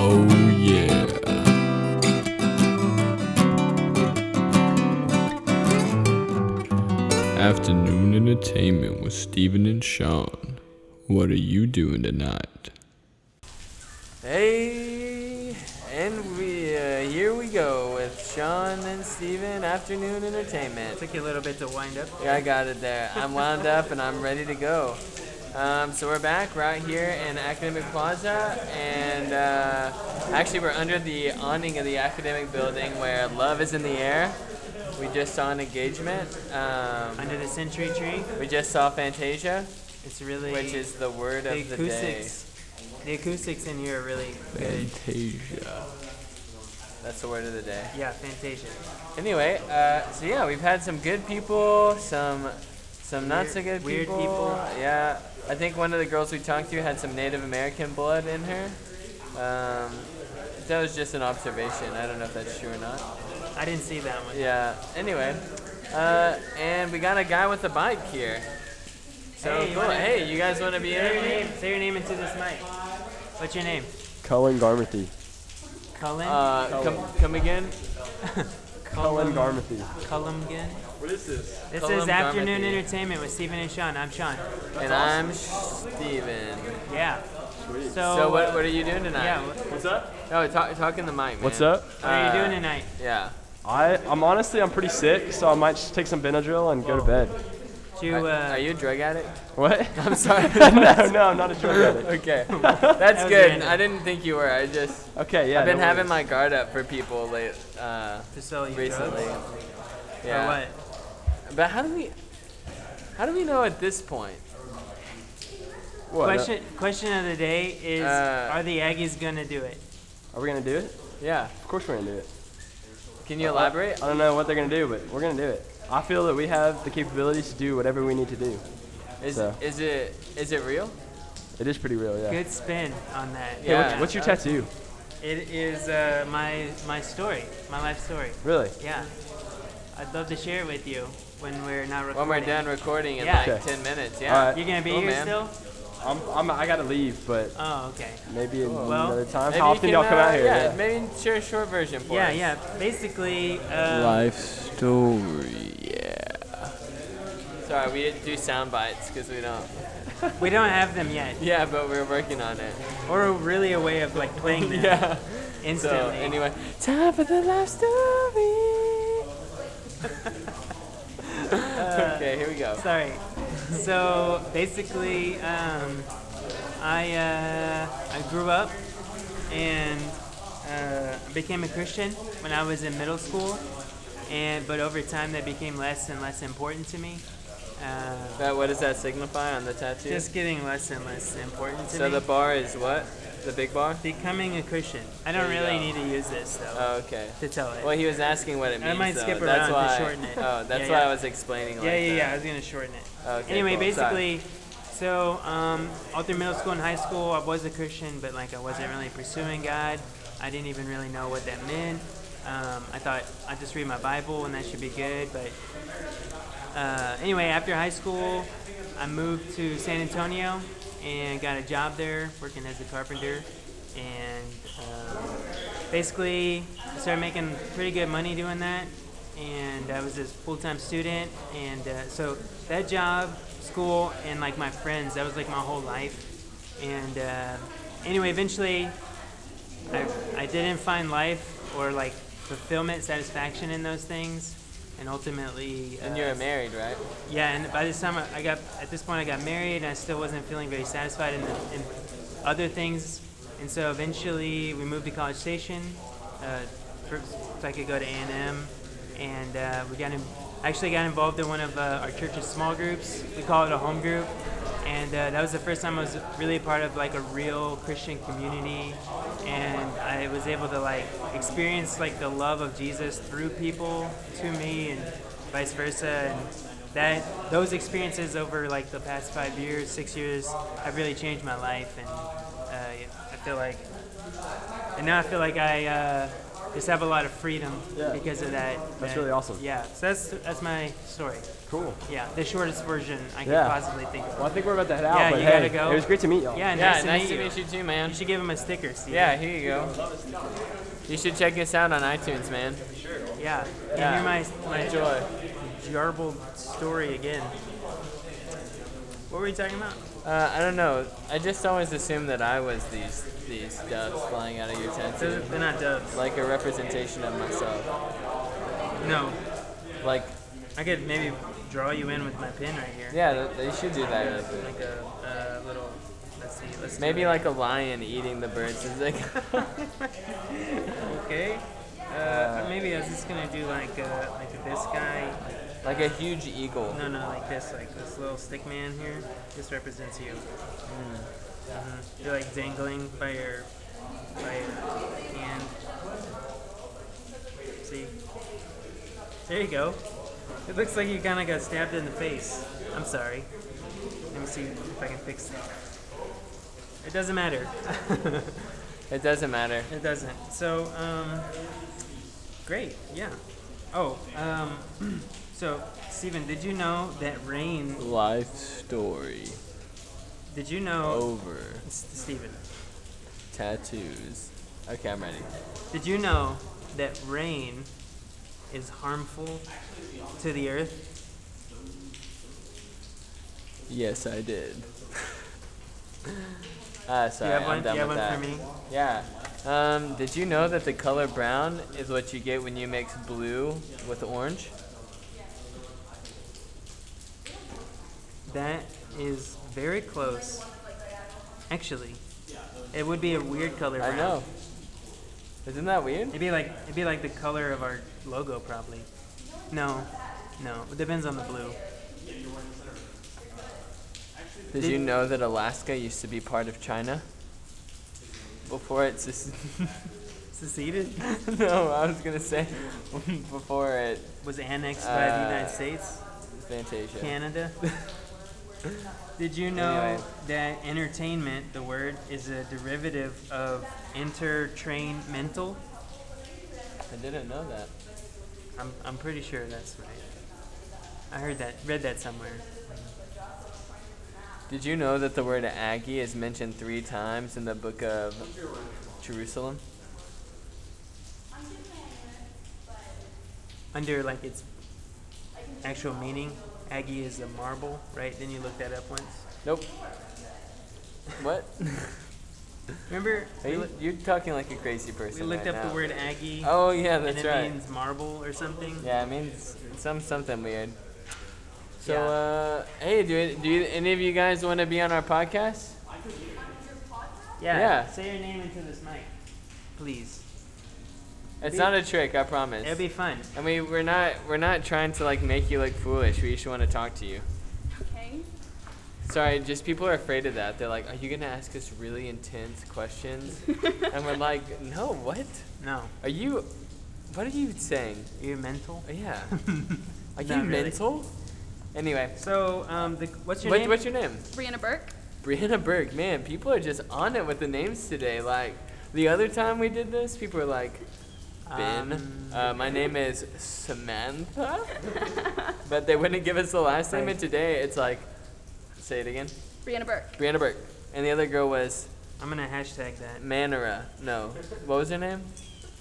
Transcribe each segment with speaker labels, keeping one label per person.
Speaker 1: Oh, Entertainment with Steven and Sean. What are you doing tonight?
Speaker 2: Hey, and we uh, here we go with Sean and Steven Afternoon Entertainment.
Speaker 3: Took you a little bit to wind up.
Speaker 2: Yeah, I got it there. I'm wound up and I'm ready to go. Um, so we're back right here in Academic Plaza, and uh, actually we're under the awning of the academic building where love is in the air. We just saw an engagement. Um,
Speaker 3: Under the century tree,
Speaker 2: we just saw Fantasia,
Speaker 3: it's really
Speaker 2: which is the word
Speaker 3: the
Speaker 2: of the day.
Speaker 3: acoustics. The acoustics in here are really good.
Speaker 1: Fantasia.
Speaker 2: That's the word of the day.
Speaker 3: Yeah, Fantasia.
Speaker 2: Anyway, uh, so yeah, we've had some good people, some some not so good
Speaker 3: Weird- weird
Speaker 2: people.
Speaker 3: people.
Speaker 2: Yeah, I think one of the girls we talked to had some Native American blood in her. Um, that was just an observation. I don't know if that's true or not.
Speaker 3: I didn't see that one.
Speaker 2: Yeah. Anyway, uh, and we got a guy with a bike here. So
Speaker 3: Hey, you
Speaker 2: cool.
Speaker 3: wanna-
Speaker 2: Hey, you guys want to be
Speaker 3: Say your
Speaker 2: interviewed?
Speaker 3: name. Say your name into this mic. What's your name?
Speaker 4: Cullen Garmathy.
Speaker 3: Cullen.
Speaker 2: Uh, come, come again.
Speaker 4: Cullen Garmathy.
Speaker 3: Cullum again.
Speaker 5: What is this?
Speaker 3: This
Speaker 2: Cullum
Speaker 3: is afternoon
Speaker 2: Garmathy.
Speaker 3: entertainment with Stephen and Sean. I'm Sean.
Speaker 2: And I'm Steven.
Speaker 3: Yeah.
Speaker 5: Sweet.
Speaker 3: So,
Speaker 2: So
Speaker 3: uh,
Speaker 2: what, what are you doing tonight?
Speaker 3: yeah. What
Speaker 5: What's up?
Speaker 2: No, talk, talk in the mic, man.
Speaker 4: What's up?
Speaker 3: what are you
Speaker 2: Uh,
Speaker 3: doing tonight?
Speaker 2: Yeah.
Speaker 4: I I'm honestly I'm pretty sick, so I might just take some Benadryl and go to bed.
Speaker 3: Did you,
Speaker 2: Are,
Speaker 3: uh,
Speaker 2: are you a drug addict?
Speaker 4: What?
Speaker 2: I'm sorry.
Speaker 4: no, no, I'm not a drug addict.
Speaker 2: okay.
Speaker 4: That's
Speaker 2: That's
Speaker 3: was
Speaker 2: good.
Speaker 3: random.
Speaker 2: I didn't think you were. I just
Speaker 4: Okay, yeah.
Speaker 2: I've been
Speaker 4: no
Speaker 2: having my
Speaker 4: worries.
Speaker 2: guard up for people late uh,
Speaker 3: to sell you
Speaker 2: recently.
Speaker 3: drugs?
Speaker 2: Yeah.
Speaker 3: Or what?
Speaker 2: But how do we how do we know at this point?
Speaker 4: What, uh,
Speaker 3: question. Question of the day is:
Speaker 2: Uh,
Speaker 3: Are the Aggies gonna do it?
Speaker 4: Are we gonna do it?
Speaker 2: Yeah.
Speaker 4: Of course we're gonna do it.
Speaker 2: Can you elaborate?
Speaker 4: I don't know what they're gonna do, but we're gonna do it. I feel that we have the capabilities to do whatever we need to do.
Speaker 2: Is
Speaker 4: so.
Speaker 2: is it is it real?
Speaker 4: It is pretty real, yeah.
Speaker 3: Good spin on that.
Speaker 4: Hey, what's,
Speaker 2: Yeah.
Speaker 4: what's your tattoo?
Speaker 3: It is uh, my my story, my life story.
Speaker 4: Really?
Speaker 3: Yeah, I'd love to share it with you when we're not recording.
Speaker 2: When we're done recording in
Speaker 3: Yeah.
Speaker 2: like
Speaker 4: Okay.
Speaker 2: 10 minutes. Yeah.
Speaker 4: Alright.
Speaker 3: You're gonna be
Speaker 2: Cool,
Speaker 3: here
Speaker 2: man.
Speaker 3: still?
Speaker 4: I'm, I'm I gotta leave, but
Speaker 3: Oh, okay.
Speaker 4: maybe in
Speaker 3: Well,
Speaker 4: another time.
Speaker 2: Maybe
Speaker 4: How
Speaker 2: you
Speaker 4: often
Speaker 2: can,
Speaker 4: y'all come
Speaker 2: uh,
Speaker 4: out here?
Speaker 2: Yeah, maybe share a short version for
Speaker 3: Yeah,
Speaker 2: us.
Speaker 3: yeah. Basically, um,
Speaker 1: Life story. Yeah.
Speaker 2: Sorry, we didn't do sound bites because we don't.
Speaker 3: we don't have them yet,
Speaker 2: Yeah, but we're working on it.
Speaker 3: or really a way of like playing them
Speaker 2: Yeah. So
Speaker 3: instantly.
Speaker 2: anyway, time for the life story. okay, here we go.
Speaker 3: Sorry. So basically, um, I uh, I grew up and uh, I became a Christian when I was in middle school, and but over time that became less and less important to me. Uh,
Speaker 2: That, what does that signify on the tattoo?
Speaker 3: just getting less and less important to
Speaker 2: so
Speaker 3: me.
Speaker 2: the bar is what? The big bar?
Speaker 3: becoming a Christian. I don't
Speaker 2: There you
Speaker 3: really
Speaker 2: go.
Speaker 3: need to use this though
Speaker 2: Oh, okay.
Speaker 3: to tell it.
Speaker 2: Well, he was asking what it
Speaker 3: I
Speaker 2: means.
Speaker 3: might
Speaker 2: though.
Speaker 3: skip
Speaker 2: that's
Speaker 3: around to
Speaker 2: why,
Speaker 3: shorten it.
Speaker 2: Oh, that's
Speaker 3: Yeah,
Speaker 2: why
Speaker 3: yeah.
Speaker 2: I was explaining.
Speaker 3: yeah,
Speaker 2: like
Speaker 3: yeah, yeah. I
Speaker 2: that.
Speaker 3: was gonna shorten it.
Speaker 2: Okay,
Speaker 3: anyway,
Speaker 2: cool. Sorry.
Speaker 3: basically, so um, all through middle school and high school, I was a Christian, but like I wasn't really pursuing God. I didn't even really know what that meant. Um, I thought I just read my Bible and that should be good. But uh, anyway, after high school, I moved to San Antonio and got a job there, working as a carpenter. And um, basically, I started making pretty good money doing that, and I was a full-time student, and uh, so that job, school, and like my friends, that was like my whole life. And uh, anyway, eventually, I, I didn't find life or like fulfillment, satisfaction in those things, and ultimately,
Speaker 2: And
Speaker 3: uh,
Speaker 2: you're married, right?
Speaker 3: yeah, and by this time I- I got at this point I got married and I still wasn't feeling very satisfied in, the, in other things, and so eventually we moved to College Station. Uh, for, so I could go to A and M, and uh, we got in, actually got involved in one of uh, our church's small groups. We call it a home group, and uh, that was the first time I was really a part of like a real Christian community, and I was able to like experience like the love of Jesus through people to me and vice versa and that those experiences over like the past five years, six years, have really changed my life, and uh, yeah, I feel like, and now I feel like I uh, just have a lot of freedom
Speaker 4: Yeah.
Speaker 3: because of that.
Speaker 4: That's
Speaker 3: that-
Speaker 4: really awesome.
Speaker 3: Yeah, so that's that's my story.
Speaker 4: Cool.
Speaker 3: Yeah, the shortest version I could
Speaker 4: Yeah.
Speaker 3: possibly think of.
Speaker 4: Well, I think we're about to head out.
Speaker 3: Yeah,
Speaker 4: but
Speaker 3: you
Speaker 4: hey,
Speaker 3: gotta go.
Speaker 4: It was great to meet y'all.
Speaker 3: Yeah,
Speaker 2: yeah,
Speaker 3: nice, to, meet you.
Speaker 2: meet you too, man.
Speaker 3: You should give him a sticker, Steve.
Speaker 2: Yeah, here you go. You should check us out on iTunes, man.
Speaker 3: yeah. And
Speaker 2: Yeah.
Speaker 3: hear my my
Speaker 2: Enjoy.
Speaker 3: jarbled story again. What were you talking about?
Speaker 2: Uh, I don't know. I just always assumed that I was these these doves flying out of your tent,
Speaker 3: Those are,
Speaker 2: too.
Speaker 3: they're not doves.
Speaker 2: like a representation of myself.
Speaker 3: No,
Speaker 2: Like,
Speaker 3: I could maybe draw you in with my pen right here.
Speaker 2: yeah, th- they should do that. Really quick.
Speaker 3: Like a, a little. Let's see. Let's do
Speaker 2: Maybe
Speaker 3: it.
Speaker 2: like a lion eating the birds as they go.
Speaker 3: Okay. Uh, or maybe I was just gonna do like uh, like this guy.
Speaker 2: like a huge eagle.
Speaker 3: No, no, like this, like this little stick man here. This represents you. Mhm. You're like dangling by your by your hand. See? There you go. It looks like you kind of got stabbed in the face. I'm sorry. Let me see if I can fix that. It doesn't matter.
Speaker 2: It doesn't matter.
Speaker 3: It doesn't. So, um, great. Yeah. Oh, um, so Stephen, did you know that rain?
Speaker 2: Life story
Speaker 3: Did you know,
Speaker 2: over
Speaker 3: S- Stephen?
Speaker 2: tattoos. Okay, I'm ready.
Speaker 3: Did you know that rain is harmful to the earth?
Speaker 2: Yes, I did. Ah,
Speaker 3: Do you
Speaker 2: sorry,
Speaker 3: have one?
Speaker 2: I'm
Speaker 3: Do
Speaker 2: done
Speaker 3: you have
Speaker 2: with that.
Speaker 3: one for me?
Speaker 2: Yeah. Um, did you know that the color brown is what you get when you mix blue with orange?
Speaker 3: That is very close. Actually, it would be a weird color.
Speaker 2: I
Speaker 3: brown.
Speaker 2: know. Isn't that weird?
Speaker 3: It'd be like it'd be like the color of our logo probably. No, no. It depends on the blue.
Speaker 2: Did you know that Alaska used to be part of China? Before it sec-
Speaker 3: Seceded?
Speaker 2: no, I was gonna say before it
Speaker 3: was annexed by the
Speaker 2: Uh,
Speaker 3: United States,
Speaker 2: Fantasia.
Speaker 3: Canada. Did you know
Speaker 2: Anyway.
Speaker 3: that entertainment, the word, is a derivative of entertainmental?
Speaker 2: I didn't know that.
Speaker 3: I'm, I'm pretty sure that's right. I heard that, read that somewhere.
Speaker 2: Did you know that the word Aggie is mentioned three times in the book of Jerusalem?
Speaker 3: Under like its actual meaning, Aggie is a marble, right? Then you looked that up once.
Speaker 2: Nope. What?
Speaker 3: Remember,
Speaker 2: Are
Speaker 3: we,
Speaker 2: you,
Speaker 3: loo-
Speaker 2: you're talking like a crazy person.
Speaker 3: we looked
Speaker 2: right
Speaker 3: up
Speaker 2: now.
Speaker 3: the word Aggie,
Speaker 2: Oh yeah,
Speaker 3: and
Speaker 2: that's
Speaker 3: it
Speaker 2: right.
Speaker 3: means marble or something.
Speaker 2: Yeah, it means some something weird. So,
Speaker 3: Yeah.
Speaker 2: uh, hey, do, it- do you, any of you guys want to be on our podcast?
Speaker 3: Yeah.
Speaker 2: Yeah.
Speaker 3: Say your name into this mic, please.
Speaker 2: It's
Speaker 3: Be-
Speaker 2: not a trick, I promise.
Speaker 3: It'll be fun.
Speaker 2: I mean, we're not we're not trying to like make you look foolish. We just want to talk to you.
Speaker 5: Okay.
Speaker 2: Sorry, just people are afraid of that. They're like, "Are you gonna ask us really intense questions?" and we're like, "No, what?
Speaker 3: No,
Speaker 2: Are you? What are you saying? Oh,
Speaker 3: you're mental.
Speaker 2: Yeah, are you
Speaker 3: Not really.
Speaker 2: mental?" Anyway,
Speaker 3: So, um, the, what's your
Speaker 2: what,
Speaker 3: name?
Speaker 2: what's your name?
Speaker 5: Brianna Burke.
Speaker 2: Brianna Burke, man, people are just on it with the names today. Like the other time we did this, people were like, Ben,
Speaker 3: Um,
Speaker 2: uh, my name is Samantha, but they wouldn't give us the last name. And today, it's like, say it again,
Speaker 5: Brianna Burke.
Speaker 2: Brianna Burke. And the other girl was
Speaker 3: I'm gonna hashtag that.
Speaker 2: Manara. No, what was her name?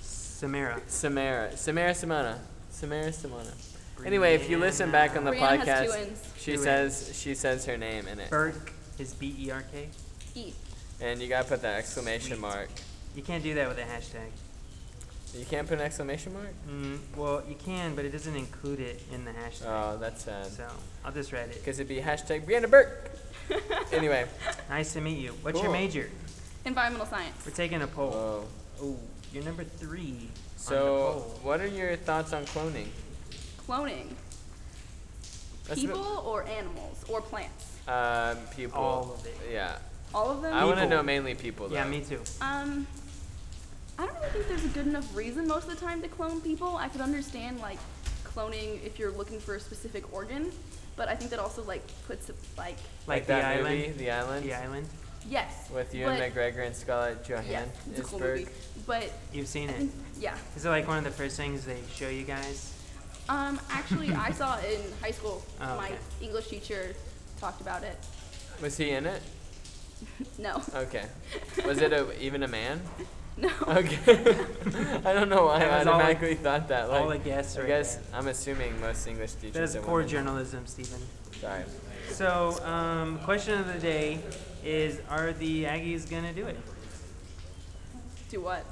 Speaker 3: Samara.
Speaker 2: Samara. Samara Simona. Samara Simona. Anyway, if you listen back on the
Speaker 5: Brianna has two
Speaker 2: podcast,
Speaker 5: N's.
Speaker 2: she
Speaker 3: Two
Speaker 2: says she says her name in it,
Speaker 3: Burke is B E R K.
Speaker 5: E.
Speaker 2: and you gotta put the exclamation
Speaker 3: Sweet.
Speaker 2: mark.
Speaker 3: You can't do that with a hashtag.
Speaker 2: You can't put an exclamation mark.
Speaker 3: Mm, well, you can, but it doesn't include it in the hashtag.
Speaker 2: Mm-hmm. Oh, that's sad.
Speaker 3: So I'll just write it.
Speaker 2: Because it'd be hashtag Brianna Burke. anyway.
Speaker 3: Nice to meet you. What's your
Speaker 2: Cool.
Speaker 3: major?
Speaker 5: Environmental science.
Speaker 3: We're taking a poll.
Speaker 2: Whoa.
Speaker 3: Oh, you're number three. on
Speaker 2: Uh,
Speaker 3: the
Speaker 2: So,
Speaker 3: poll.
Speaker 2: what are your thoughts on cloning?
Speaker 5: Cloning.
Speaker 2: That's a bit-
Speaker 5: People or animals or plants?
Speaker 2: Um, people.
Speaker 3: All of it.
Speaker 2: Yeah.
Speaker 5: All of them?
Speaker 2: I want to
Speaker 3: People.
Speaker 2: know mainly people, though.
Speaker 3: yeah, me too.
Speaker 5: Um, I don't really think there's a good enough reason most of the time to clone people. I could understand like cloning if you're looking for a specific organ, but I think that also like puts like
Speaker 3: Like, the
Speaker 2: that
Speaker 3: island.
Speaker 2: movie, The Island,
Speaker 3: The island.
Speaker 5: yes
Speaker 2: with Ewan
Speaker 5: but,
Speaker 2: McGregor and Scarlett
Speaker 5: Yeah,
Speaker 2: Johansson.
Speaker 5: it's a cool movie. But
Speaker 3: You've seen
Speaker 5: I
Speaker 3: it.
Speaker 5: think, yeah.
Speaker 3: Is it like one of the first things they show you guys?
Speaker 5: Um, actually, I saw it in high school.
Speaker 3: Oh,
Speaker 5: My
Speaker 3: okay.
Speaker 5: English teacher talked about it.
Speaker 2: Was he in it?
Speaker 5: No,
Speaker 2: Okay. Was it a,
Speaker 3: e-
Speaker 2: even a man?
Speaker 5: no.
Speaker 2: Okay. I don't know why I
Speaker 3: That was all I-
Speaker 2: automatically thought that. Like,
Speaker 3: All a guess,
Speaker 2: I
Speaker 3: right?
Speaker 2: guess
Speaker 3: there.
Speaker 2: I'm assuming most English teachers
Speaker 3: That is
Speaker 2: are
Speaker 3: poor
Speaker 2: women.
Speaker 3: journalism, Stephen.
Speaker 2: Sorry.
Speaker 3: so um, question of the day is: Are the Aggies gonna do it?
Speaker 5: Do what?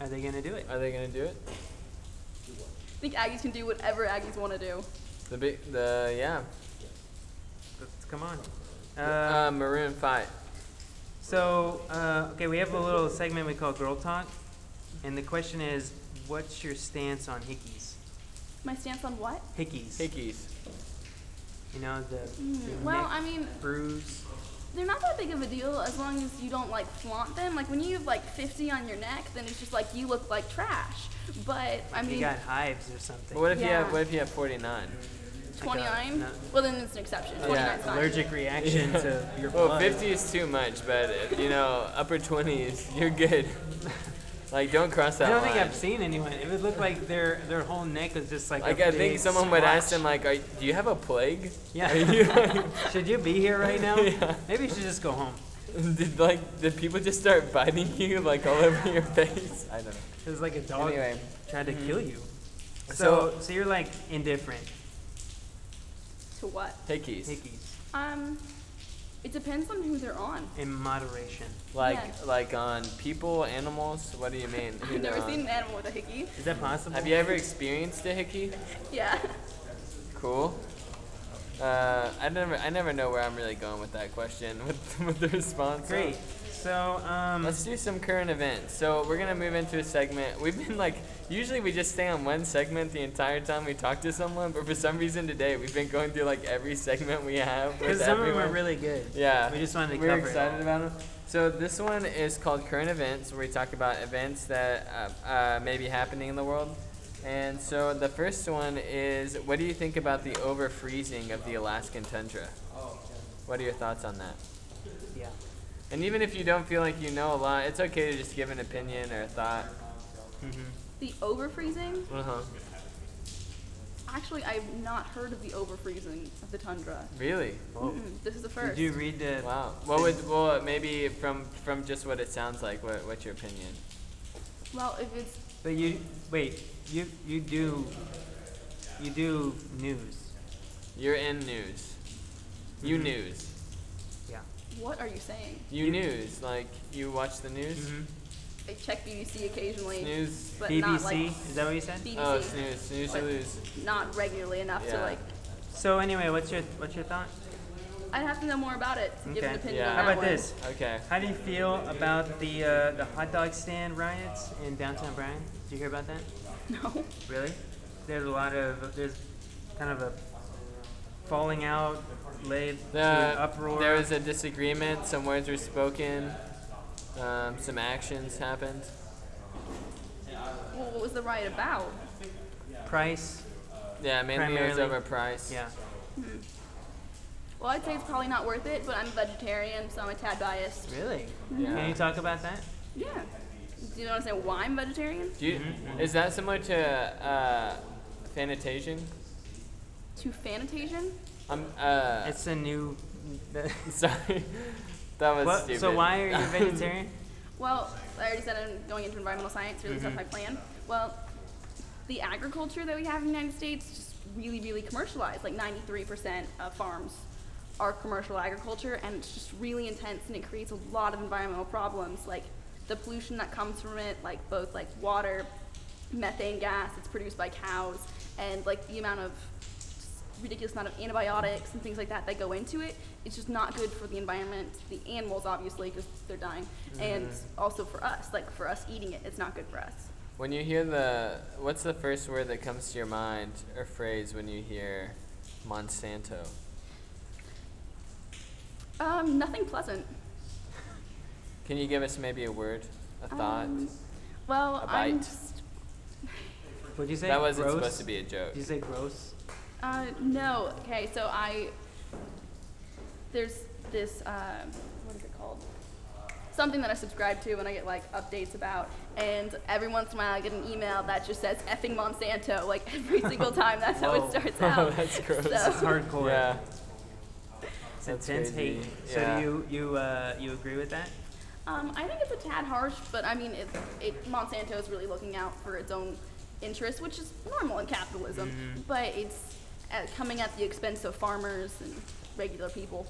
Speaker 3: Are they gonna do it?
Speaker 2: Are they gonna do it?
Speaker 5: I think Aggies can do whatever Aggies want to do.
Speaker 2: The big, the yeah,
Speaker 3: Let's, come on.
Speaker 2: uh, Maroon Five.
Speaker 3: So, uh, okay, we have a little segment we call Girl Talk, and the question is, what's your stance on hickeys?
Speaker 5: My stance on what?
Speaker 3: Hickeys.
Speaker 2: Hickeys.
Speaker 3: You know, the, the
Speaker 5: Hmm, Well,
Speaker 3: neck
Speaker 5: I mean,
Speaker 3: bruise.
Speaker 5: they're not that big of a deal as long as you don't like flaunt them. Like when you have like 50 on your neck, then it's just like you look like trash. But I
Speaker 3: You
Speaker 5: mean,
Speaker 3: got hives or something.
Speaker 2: But what if you have
Speaker 5: Yeah.
Speaker 2: what if you have 49?
Speaker 5: 29.
Speaker 3: no.
Speaker 5: Well, then it's an exception. 29 is fine.
Speaker 3: Allergic reaction to your blood.
Speaker 2: Well, 50 is too much, but uh, you know, upper 20s, you're good. like, don't cross
Speaker 3: I
Speaker 2: that
Speaker 3: don't
Speaker 2: line.
Speaker 3: think I've seen anyone. It would look like their their whole neck is just like.
Speaker 2: like,
Speaker 3: a
Speaker 2: I think
Speaker 3: big
Speaker 2: someone would ask them,
Speaker 3: scratch.
Speaker 2: like, Are, do you have a plague? Are
Speaker 3: Yeah.
Speaker 2: you,
Speaker 3: should you be here right now?
Speaker 2: Yeah.
Speaker 3: Maybe you should just go home.
Speaker 2: did, like, did people just start biting you, like, all over your face? I don't know.
Speaker 3: It's like a dog
Speaker 2: Anyway.
Speaker 3: tried to kill you.
Speaker 2: Mm-hmm. So-
Speaker 3: So, so you're like indifferent.
Speaker 5: To what?
Speaker 2: Hickeys.
Speaker 3: Hickeys
Speaker 5: Um, it depends on who they're on.
Speaker 3: in moderation.
Speaker 2: Like,
Speaker 5: Yeah.
Speaker 2: like on people, animals? What do you mean?
Speaker 5: I've never seen an animal with a hickey.
Speaker 3: Is that possible?
Speaker 2: Mm-hmm. Have you ever experienced a hickey?
Speaker 5: Yeah.
Speaker 2: Cool. Uh, I never, I never know where I'm really going with that question, with, with the response.
Speaker 3: Great. So, um,
Speaker 2: Let's do some current events. So we're gonna move into a segment. We've been like, usually we just stay on one segment the entire time we talk to someone, but for some reason today we've been going through like every segment we have.
Speaker 3: because
Speaker 2: with
Speaker 3: some of them are
Speaker 2: everyone.
Speaker 3: really good.
Speaker 2: Yeah.
Speaker 3: We just wanted to
Speaker 2: We're
Speaker 3: cover it
Speaker 2: excited
Speaker 3: all.
Speaker 2: about them. So this one is called Current Events, where we talk about events that uh, uh, may be happening in the world. And so the first one is, what do you think about the over freezing of the Alaskan tundra? What are your thoughts on that?
Speaker 3: Yeah.
Speaker 2: And even if you don't feel like you know a lot, it's okay to just give an opinion or a thought.
Speaker 5: The over freezing?
Speaker 2: Uh
Speaker 3: Uh-huh.
Speaker 2: huh.
Speaker 5: Actually, I've not heard of the over freezing of the tundra.
Speaker 2: Really?
Speaker 5: Mm-mm, this is the first.
Speaker 3: Did you read the?
Speaker 2: Wow. What would well maybe from from just what it sounds like? What what's your opinion?
Speaker 5: Well, if it's
Speaker 3: But you wait. You you do. You do news.
Speaker 2: You're in news. You
Speaker 3: Mm-hmm.
Speaker 2: news.
Speaker 3: Yeah.
Speaker 5: what are you saying?
Speaker 2: You news. Like you watch the news.
Speaker 3: Mm-hmm.
Speaker 5: I check BBC occasionally,
Speaker 2: Snooze.
Speaker 5: but
Speaker 3: BBC.
Speaker 5: not like
Speaker 3: is that what you said?
Speaker 5: BBC,
Speaker 2: Oh, snooze. Snooze you
Speaker 5: Like-
Speaker 2: lose.
Speaker 5: not regularly enough to
Speaker 2: Yeah.
Speaker 5: like.
Speaker 3: So anyway, what's your what's your thought?
Speaker 5: I'd have to know more about it to give an
Speaker 3: Okay.
Speaker 5: opinion
Speaker 2: Yeah.
Speaker 5: on
Speaker 2: How
Speaker 3: How
Speaker 5: that
Speaker 3: about
Speaker 5: one.
Speaker 3: this?
Speaker 2: Okay.
Speaker 3: How do you feel about the uh, the hot dog stand riots in downtown Bryan? Did you hear about that?
Speaker 5: No.
Speaker 3: Really? There's a lot of there's kind of a falling out, led
Speaker 2: The,
Speaker 3: to uproar.
Speaker 2: There was a disagreement. Some words were spoken. Um, some actions happened.
Speaker 5: Well, what was the riot about?
Speaker 3: price.
Speaker 2: Yeah, mainly it was
Speaker 3: Primarily.
Speaker 2: over price.
Speaker 3: Yeah.
Speaker 5: Well, I'd say it's probably not worth it, but I'm a vegetarian, so I'm a tad biased.
Speaker 3: Really?
Speaker 2: Yeah.
Speaker 3: Can you talk about that?
Speaker 5: Yeah. Do you want to say why I'm vegetarian?
Speaker 2: Do you,
Speaker 3: Mm-hmm.
Speaker 2: Is that similar to uh, Fantasia?
Speaker 5: To fanatasian?
Speaker 2: I'm uh,
Speaker 3: It's a new.
Speaker 2: sorry. That was
Speaker 3: What-
Speaker 2: stupid.
Speaker 3: so why are you vegetarian?
Speaker 5: Well, I already said I'm going into environmental science, really stuff I plan. Well, the agriculture that we have in the United States is just really, really commercialized. Like 93% of farms are commercial agriculture, and it's just really intense, and it creates a lot of environmental problems, like the pollution that comes from it, like both like water, methane gas that's produced by cows, and like the amount of just ridiculous amount of antibiotics and things like that that go into it. It's just not good for the environment, the animals obviously because they're dying, and also for us. Like for us eating it, it's not good for us.
Speaker 2: When you hear the, what's the first word that comes to your mind or phrase when you hear Monsanto?
Speaker 5: Um, nothing pleasant.
Speaker 2: Can you give us maybe a word, a thought?
Speaker 5: Um, well,
Speaker 2: A
Speaker 5: I'm
Speaker 2: bite.
Speaker 5: just
Speaker 3: Would you say
Speaker 2: that wasn't
Speaker 3: gross?
Speaker 2: supposed to be a joke.
Speaker 3: Did you say gross?
Speaker 5: Uh, no. Okay, so I there's this uh, what is it called? Something that I subscribe to and I get like updates about, and every once in a while I get an email that just says "effing Monsanto" like every single time. That's how
Speaker 3: Whoa.
Speaker 5: it starts out.
Speaker 2: That's gross.
Speaker 3: It's
Speaker 5: So,
Speaker 3: hardcore.
Speaker 2: Yeah.
Speaker 3: It's
Speaker 2: That's
Speaker 3: intense
Speaker 2: crazy.
Speaker 3: hate.
Speaker 2: Yeah.
Speaker 3: So do you you uh, you agree with that?
Speaker 5: um, I think it's a tad harsh, but I mean, it, it Monsanto is really looking out for its own interests, which
Speaker 3: Mm-hmm.
Speaker 5: is normal in capitalism, but it's uh, coming at the expense of farmers and regular people.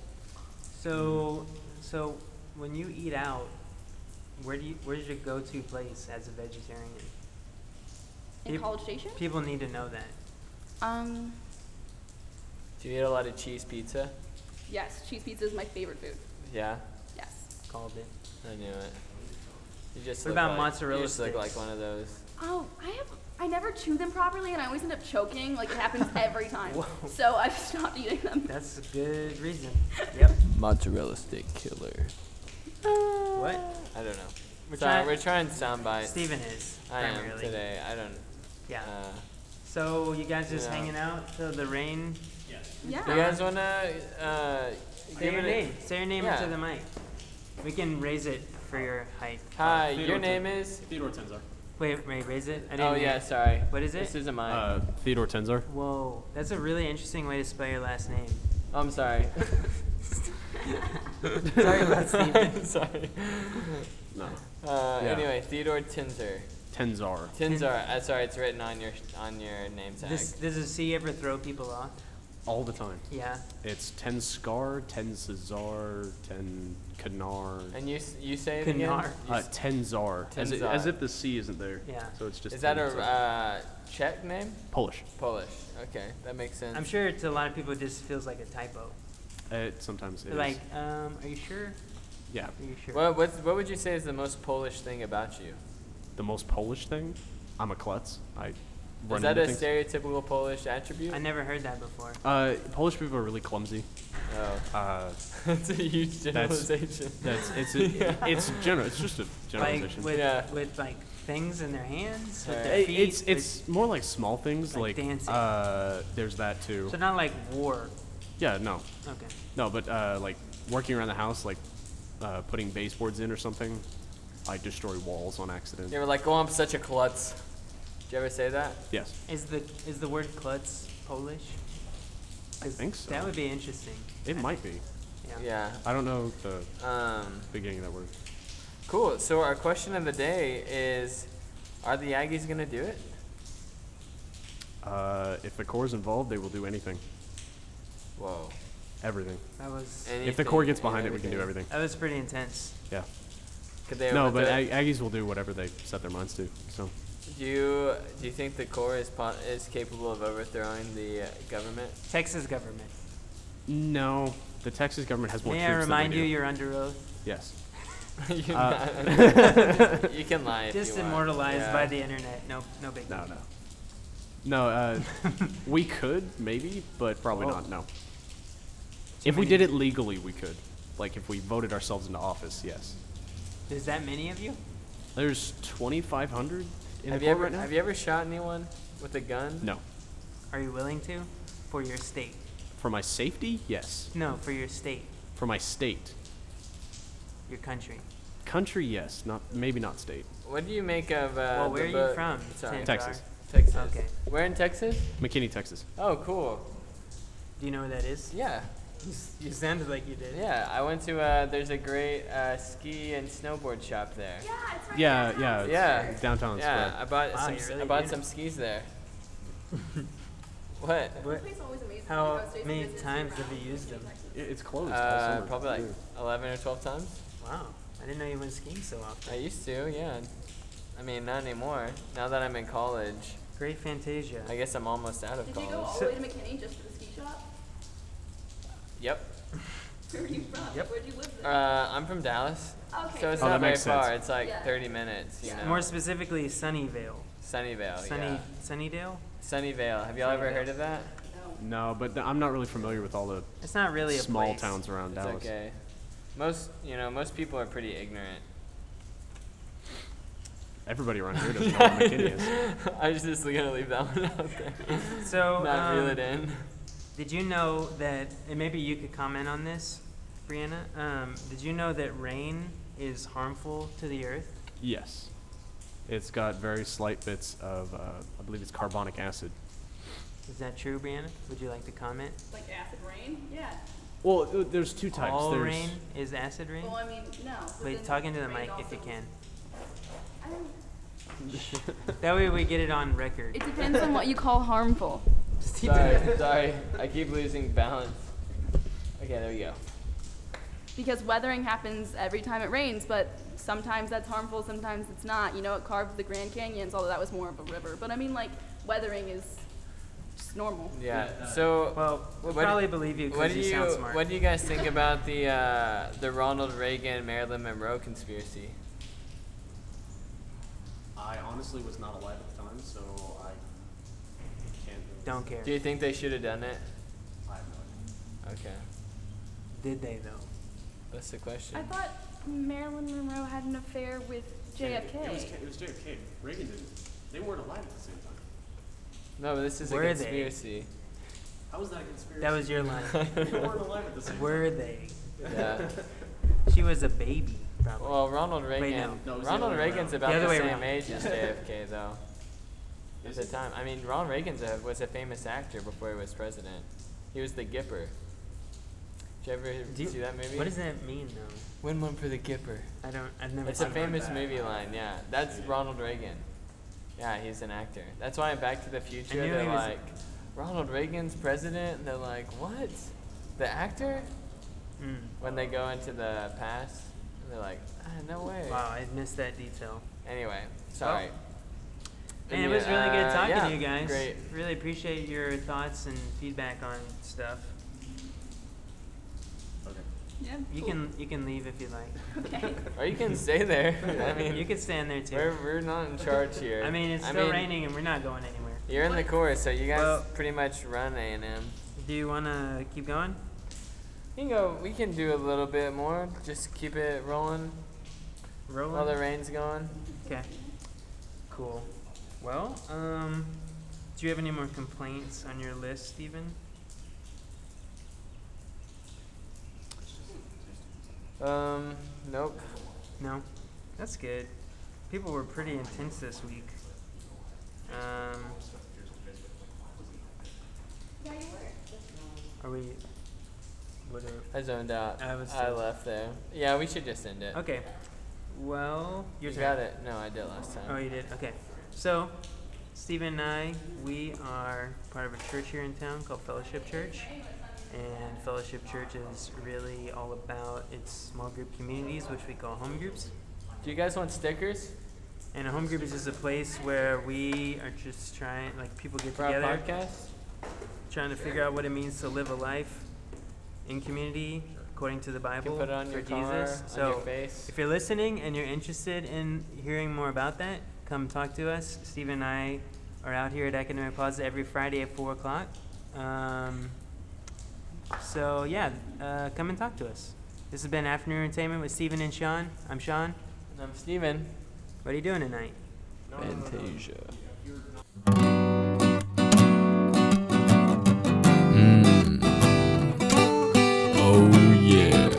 Speaker 3: So, so when you eat out, where do you, where's your go-to place as a vegetarian?
Speaker 5: In
Speaker 3: Peop-
Speaker 5: College Station?
Speaker 3: People need to know that.
Speaker 5: Um,
Speaker 2: Do you eat a lot of cheese pizza?
Speaker 5: yes, cheese pizza is my favorite food.
Speaker 2: Yeah,
Speaker 5: Yes.
Speaker 3: Called it.
Speaker 2: I knew it. You just
Speaker 3: What
Speaker 2: look
Speaker 3: about
Speaker 2: like,
Speaker 3: mozzarella
Speaker 2: You just look like
Speaker 3: sticks?
Speaker 2: one of those.
Speaker 5: Oh, I have. I never chew them properly, and I always end up choking. Like it happens every time.
Speaker 3: Whoa.
Speaker 5: So I've stopped eating them.
Speaker 3: That's a good reason. Yep.
Speaker 2: Mozzarella stick killer.
Speaker 3: What?
Speaker 2: I don't know.
Speaker 3: We're
Speaker 2: We're, Sorry,
Speaker 3: trying-
Speaker 2: we're trying sound bites.
Speaker 3: Steven is
Speaker 2: I
Speaker 3: primarily.
Speaker 2: am today. I don't.
Speaker 3: Yeah.
Speaker 2: Uh,
Speaker 3: So you guys just
Speaker 2: Yeah.
Speaker 3: hanging out till the rain.
Speaker 5: Yeah.
Speaker 2: you guys wanna uh,
Speaker 3: Say
Speaker 2: give
Speaker 3: your
Speaker 2: it a-
Speaker 3: name. Say your name
Speaker 2: Yeah.
Speaker 3: into the mic. We can raise it for your height.
Speaker 2: Hi,
Speaker 6: Theodore
Speaker 2: your
Speaker 6: Tim-
Speaker 2: name is.
Speaker 6: Theodore Tenzar.
Speaker 3: Wait, wait, raise it. I didn't
Speaker 2: Oh
Speaker 3: hear
Speaker 2: yeah,
Speaker 3: it.
Speaker 2: sorry.
Speaker 3: What is it?
Speaker 2: This isn't mine.
Speaker 6: Uh, Theodore Tenzar.
Speaker 3: Whoa, that's a really interesting way to spell your last name.
Speaker 2: Oh, I'm sorry.
Speaker 3: Sorry about Steven.
Speaker 2: I'm sorry.
Speaker 6: No.
Speaker 2: Uh,
Speaker 6: Yeah.
Speaker 2: Anyway, Theodore Tinzer.
Speaker 6: Tenzar.
Speaker 2: Tinzer. Uh, sorry, it's written on your on your name tag.
Speaker 3: This, does a C ever throw people off?
Speaker 6: All the time.
Speaker 3: Yeah.
Speaker 6: It's Tenzar, Tenzar, Ten Kanar.
Speaker 2: and you s- you say it again?
Speaker 3: Canar.
Speaker 2: You
Speaker 6: Uh,
Speaker 2: s-
Speaker 6: Tenzar. As, i- as
Speaker 2: Tenzar.
Speaker 6: if the C isn't there.
Speaker 3: Yeah.
Speaker 6: So it's just.
Speaker 2: is that a
Speaker 6: Tenzar.
Speaker 2: uh, Czech name?
Speaker 6: Polish?
Speaker 2: Polish. Okay, that makes sense.
Speaker 3: I'm sure to a lot of people it just feels like a typo.
Speaker 6: It sometimes it
Speaker 3: They're
Speaker 6: is.
Speaker 3: like, um, are you sure?
Speaker 6: yeah.
Speaker 3: Are you sure?
Speaker 2: What, what's, what would you say is the most Polish thing about you?
Speaker 6: The most Polish thing. I'm a klutz. I. Run
Speaker 2: Is that
Speaker 6: into
Speaker 2: a
Speaker 6: things.
Speaker 2: stereotypical Polish attribute?
Speaker 3: I never heard that before.
Speaker 6: Uh, Polish people are really clumsy.
Speaker 2: Oh.
Speaker 6: Uh,
Speaker 2: That's a huge
Speaker 6: That's-
Speaker 2: generalization.
Speaker 6: that's it's a,
Speaker 2: Yeah.
Speaker 6: it's general. It's just a
Speaker 3: Like
Speaker 6: generalization.
Speaker 3: with
Speaker 2: Yeah.
Speaker 3: with like things in their hands, with
Speaker 2: Alright.
Speaker 3: their
Speaker 6: It-
Speaker 3: feet.
Speaker 6: it's
Speaker 3: with-
Speaker 6: it's more like small things
Speaker 3: Like
Speaker 6: like,
Speaker 3: dancing.
Speaker 6: uh there's that too.
Speaker 3: so not like war.
Speaker 6: Yeah, no.
Speaker 3: Okay.
Speaker 6: No, but uh like working around the house like uh putting baseboards in or something. I destroy walls on accident.
Speaker 2: You were like, oh, I'm such a klutz. Did you ever say that?
Speaker 6: Yes.
Speaker 3: Is the is the word klutz Polish?
Speaker 6: I think so.
Speaker 3: That would be interesting.
Speaker 6: It might be.
Speaker 3: Yeah.
Speaker 2: Yeah.
Speaker 6: I don't know the
Speaker 2: Um,
Speaker 6: beginning of that word.
Speaker 2: cool. So our question of the day is, are the Aggies gonna do it?
Speaker 6: Uh if the core is involved, they will do anything.
Speaker 2: Whoa.
Speaker 6: Everything.
Speaker 3: That was
Speaker 6: if the core gets
Speaker 2: Anything,
Speaker 6: behind it, we can do everything.
Speaker 3: that was pretty intense.
Speaker 6: Yeah.
Speaker 2: Could they
Speaker 6: no,
Speaker 2: overdo
Speaker 6: but
Speaker 2: it?
Speaker 6: Ag- Aggies will do whatever they set their minds to. So
Speaker 2: do you do you think the core is po- is capable of overthrowing the uh, government?
Speaker 3: Texas government.
Speaker 6: no, the Texas government has more
Speaker 3: May I
Speaker 6: troops
Speaker 3: remind
Speaker 6: than
Speaker 3: you,
Speaker 6: we do.
Speaker 3: you're under oath.
Speaker 6: yes.
Speaker 2: You're
Speaker 6: Uh,
Speaker 2: not- you can lie. if
Speaker 3: Just
Speaker 2: you want.
Speaker 3: immortalized
Speaker 2: Yeah.
Speaker 3: by the internet. No, no big
Speaker 6: No,
Speaker 3: deal.
Speaker 6: no. No, uh, we could maybe, but probably
Speaker 3: Oh.
Speaker 6: not. No. If we did it legally, we could. Like if we voted ourselves into office, yes.
Speaker 3: There's that many of you?
Speaker 6: There's 2,500 in
Speaker 2: Have you
Speaker 6: the court
Speaker 2: ever
Speaker 6: right now.
Speaker 2: have you ever shot anyone with a gun?
Speaker 6: no.
Speaker 3: Are you willing to? For your state?
Speaker 6: For my safety, yes.
Speaker 3: No, for your state,
Speaker 6: For my state,
Speaker 3: your country.
Speaker 6: country, yes. Not maybe not state.
Speaker 2: What do you make of? Uh,
Speaker 3: well,
Speaker 2: the
Speaker 3: where are you
Speaker 2: book-
Speaker 3: from?
Speaker 2: Sorry.
Speaker 3: Tanzar?
Speaker 6: Texas.
Speaker 2: Texas.
Speaker 3: Okay.
Speaker 2: We're in Texas.
Speaker 6: McKinney, Texas.
Speaker 2: Oh, cool.
Speaker 3: Do you know where that is?
Speaker 2: Yeah,
Speaker 3: You, s- you sounded like you did.
Speaker 2: yeah. I went to. Uh, there's a great uh, ski and snowboard shop there.
Speaker 5: Yeah, it's right
Speaker 6: Yeah,
Speaker 5: downtown.
Speaker 6: yeah. it's
Speaker 2: Yeah.
Speaker 6: Downtown
Speaker 2: Yeah,
Speaker 6: square.
Speaker 2: I bought
Speaker 3: Wow,
Speaker 2: some.
Speaker 3: you're
Speaker 2: s- I
Speaker 3: really
Speaker 2: bought
Speaker 3: doing
Speaker 2: some
Speaker 3: it.
Speaker 2: skis there. what?
Speaker 5: This
Speaker 3: What,
Speaker 5: place always amazes me.
Speaker 3: how
Speaker 5: Most days
Speaker 3: many
Speaker 5: it visits
Speaker 3: times
Speaker 5: year
Speaker 3: have
Speaker 5: round.
Speaker 3: you used them?
Speaker 6: I- It's closed. all
Speaker 2: Uh,
Speaker 6: summer.
Speaker 2: probably like
Speaker 6: Yeah.
Speaker 2: eleven or twelve times.
Speaker 3: Wow. I didn't know you went skiing so
Speaker 2: I
Speaker 3: often.
Speaker 2: used to. Yeah. I mean, not anymore. Now that I'm in college,
Speaker 3: Great Fantasia.
Speaker 2: I guess I'm almost out of
Speaker 5: Did you
Speaker 2: college.
Speaker 5: go all
Speaker 3: So-
Speaker 5: the way to McKinney just for the ski shop?
Speaker 2: Yep.
Speaker 5: Where are you from?
Speaker 3: Yep.
Speaker 5: Where'd you live then?
Speaker 2: Uh, I'm from Dallas,
Speaker 5: okay.
Speaker 2: so it's
Speaker 6: Oh,
Speaker 2: not
Speaker 6: that
Speaker 2: very
Speaker 6: makes sense.
Speaker 2: far. It's like
Speaker 5: Yeah.
Speaker 2: 30 minutes. You know.
Speaker 3: More specifically, Sunnyvale.
Speaker 2: Sunnyvale.
Speaker 3: Sunny,
Speaker 2: Oh, yeah.
Speaker 3: Sunnydale?
Speaker 2: Sunnyvale. Have y'all ever
Speaker 3: Sunnyvale.
Speaker 2: heard of that?
Speaker 6: No, but th- I'm not really familiar with all the
Speaker 3: It's not really a
Speaker 6: small
Speaker 3: place.
Speaker 6: towns around
Speaker 2: It's
Speaker 6: Dallas.
Speaker 2: okay. Most you know, most people are pretty ignorant.
Speaker 6: Everybody around here doesn't know what McKinney is.
Speaker 2: I was just gonna leave that one out there.
Speaker 3: So,
Speaker 2: Not reel
Speaker 3: um,
Speaker 2: it in.
Speaker 3: Did you know that, and maybe you could comment on this, Brianna? Um, did you know that rain is harmful to the earth?
Speaker 6: Yes. It's got very slight bits of, uh, I believe it's carbonic acid.
Speaker 3: Is that true, Brianna? Would you like to comment?
Speaker 5: like acid rain? Yeah.
Speaker 6: Well, th- there's two types.
Speaker 3: All
Speaker 6: there's,
Speaker 3: rain is acid rain?
Speaker 5: Well, I mean, no. but
Speaker 3: Wait,
Speaker 5: then
Speaker 3: talk into the
Speaker 5: rain
Speaker 3: mic if
Speaker 5: also-
Speaker 3: you can.
Speaker 5: I don't-
Speaker 3: That way we get it on record.
Speaker 5: It depends on what you call harmful.
Speaker 2: Sorry, sorry. I keep losing balance. Okay, there we go.
Speaker 5: because weathering happens every time it rains, but sometimes that's harmful, sometimes it's not. You know, it carved the Grand Canyons, although that was more of a river. But I mean, like, weathering is just normal.
Speaker 2: Yeah. So
Speaker 3: uh, Well, we'll
Speaker 2: What-
Speaker 3: probably believe you
Speaker 2: What
Speaker 3: because
Speaker 2: do
Speaker 3: you,
Speaker 2: you
Speaker 3: sound smart.
Speaker 2: What do you guys think about the uh, the Ronald Reagan Marilyn Monroe conspiracy?
Speaker 6: I honestly was not alive at the time, so I can't. Really
Speaker 3: Don't care.
Speaker 2: Do you think they should have done it?
Speaker 6: I have no idea.
Speaker 2: Okay,
Speaker 3: Did they though?
Speaker 2: that's the
Speaker 5: I
Speaker 2: question.
Speaker 5: thought Marilyn Monroe had an affair with JFK.
Speaker 6: It was, it was JFK. Reagan didn't. They weren't alive at the same time.
Speaker 2: No, but this is a
Speaker 3: Were they?
Speaker 2: conspiracy.
Speaker 6: How was that a conspiracy?
Speaker 3: That was your line.
Speaker 6: they weren't alive at the same
Speaker 3: Were they?
Speaker 2: Yeah.
Speaker 3: She was a baby, probably.
Speaker 2: Well, Ronald Reagan.
Speaker 3: no.
Speaker 6: No, it was the
Speaker 2: Ronald
Speaker 6: other way
Speaker 2: Reagan's
Speaker 6: around.
Speaker 2: about
Speaker 3: The
Speaker 2: the,
Speaker 3: other way
Speaker 2: same
Speaker 3: around.
Speaker 2: age as JFK, though. At the time, I mean, Ronald Reagan's a, was a famous actor before he was president. He was the Gipper. Did you ever
Speaker 3: Do you-
Speaker 2: see that movie?
Speaker 3: What does that mean though?
Speaker 2: Win one for the Gipper.
Speaker 3: I don't. I've never.
Speaker 2: It's a
Speaker 3: seen it.
Speaker 2: famous movie line, yeah. That's Ronald Reagan. Yeah, he's an actor. That's why in Back to the Future,
Speaker 3: knew
Speaker 2: they're
Speaker 3: he was-
Speaker 2: like, Ronald Reagan's president, and they're like, what? The actor?
Speaker 3: Mm.
Speaker 2: When they go into the past, and they're like, ah, no way.
Speaker 3: Wow, I missed that detail.
Speaker 2: Anyway, sorry.
Speaker 3: And Oh. it was really good
Speaker 2: uh,
Speaker 3: talking
Speaker 2: yeah,
Speaker 3: to you guys.
Speaker 2: Great.
Speaker 3: Really appreciate your thoughts and feedback on stuff.
Speaker 5: Yeah.
Speaker 3: You can you can leave if you like.
Speaker 5: Okay.
Speaker 2: Or Oh, you can stay there. I mean,
Speaker 3: you can stand there too.
Speaker 2: we're, we're not in charge here.
Speaker 3: I mean, it's still raining and we're not going anywhere.
Speaker 2: You're in the chorus, so you guys
Speaker 3: Well-
Speaker 2: pretty much run A&M.
Speaker 3: Do you want to keep going?
Speaker 2: You can go, we can do a little bit more. Just keep it rolling while the
Speaker 3: Rolling.
Speaker 2: rain's going.
Speaker 3: Okay. Cool. Well, um, do you have any more complaints on your list, Steven?
Speaker 2: Um, nope.
Speaker 3: No. That's good. People were pretty intense this week. Um, are we? What are?
Speaker 2: I zoned out.
Speaker 3: I was
Speaker 2: I
Speaker 3: too.
Speaker 2: left there. Yeah, we should just end it.
Speaker 3: Okay. Well, your
Speaker 2: You
Speaker 3: turn.
Speaker 2: got it. No, I did last time.
Speaker 3: Oh, you did? Okay. So, Stephen and I, we are part of a church here in town called Fellowship Church. And Fellowship Church is really all about its small group communities, which we call home groups.
Speaker 2: Do you guys want stickers
Speaker 3: And a home group is just a place where we are just trying, like, people get
Speaker 2: for
Speaker 3: together,
Speaker 2: our podcast?
Speaker 3: trying to figure out what it means to live a life in community according to the
Speaker 2: You can
Speaker 3: Bible
Speaker 2: put it on
Speaker 3: for
Speaker 2: your car,
Speaker 3: Jesus.
Speaker 2: on your
Speaker 3: So,
Speaker 2: face.
Speaker 3: If you're listening and you're interested in hearing more about that, come talk to us. Steve and I are out here at Academic Plaza every Friday at 4 o'clock. Um, so, yeah, uh, come and talk to us. This has been Afternoon Entertainment with Steven and Sean. I'm Sean.
Speaker 2: And I'm Steven.
Speaker 3: What are you doing tonight?
Speaker 1: Fantasia. Mm. Hmm. Oh yeah.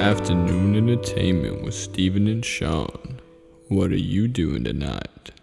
Speaker 1: Afternoon entertainment with Steven and Sean. What are you doing tonight?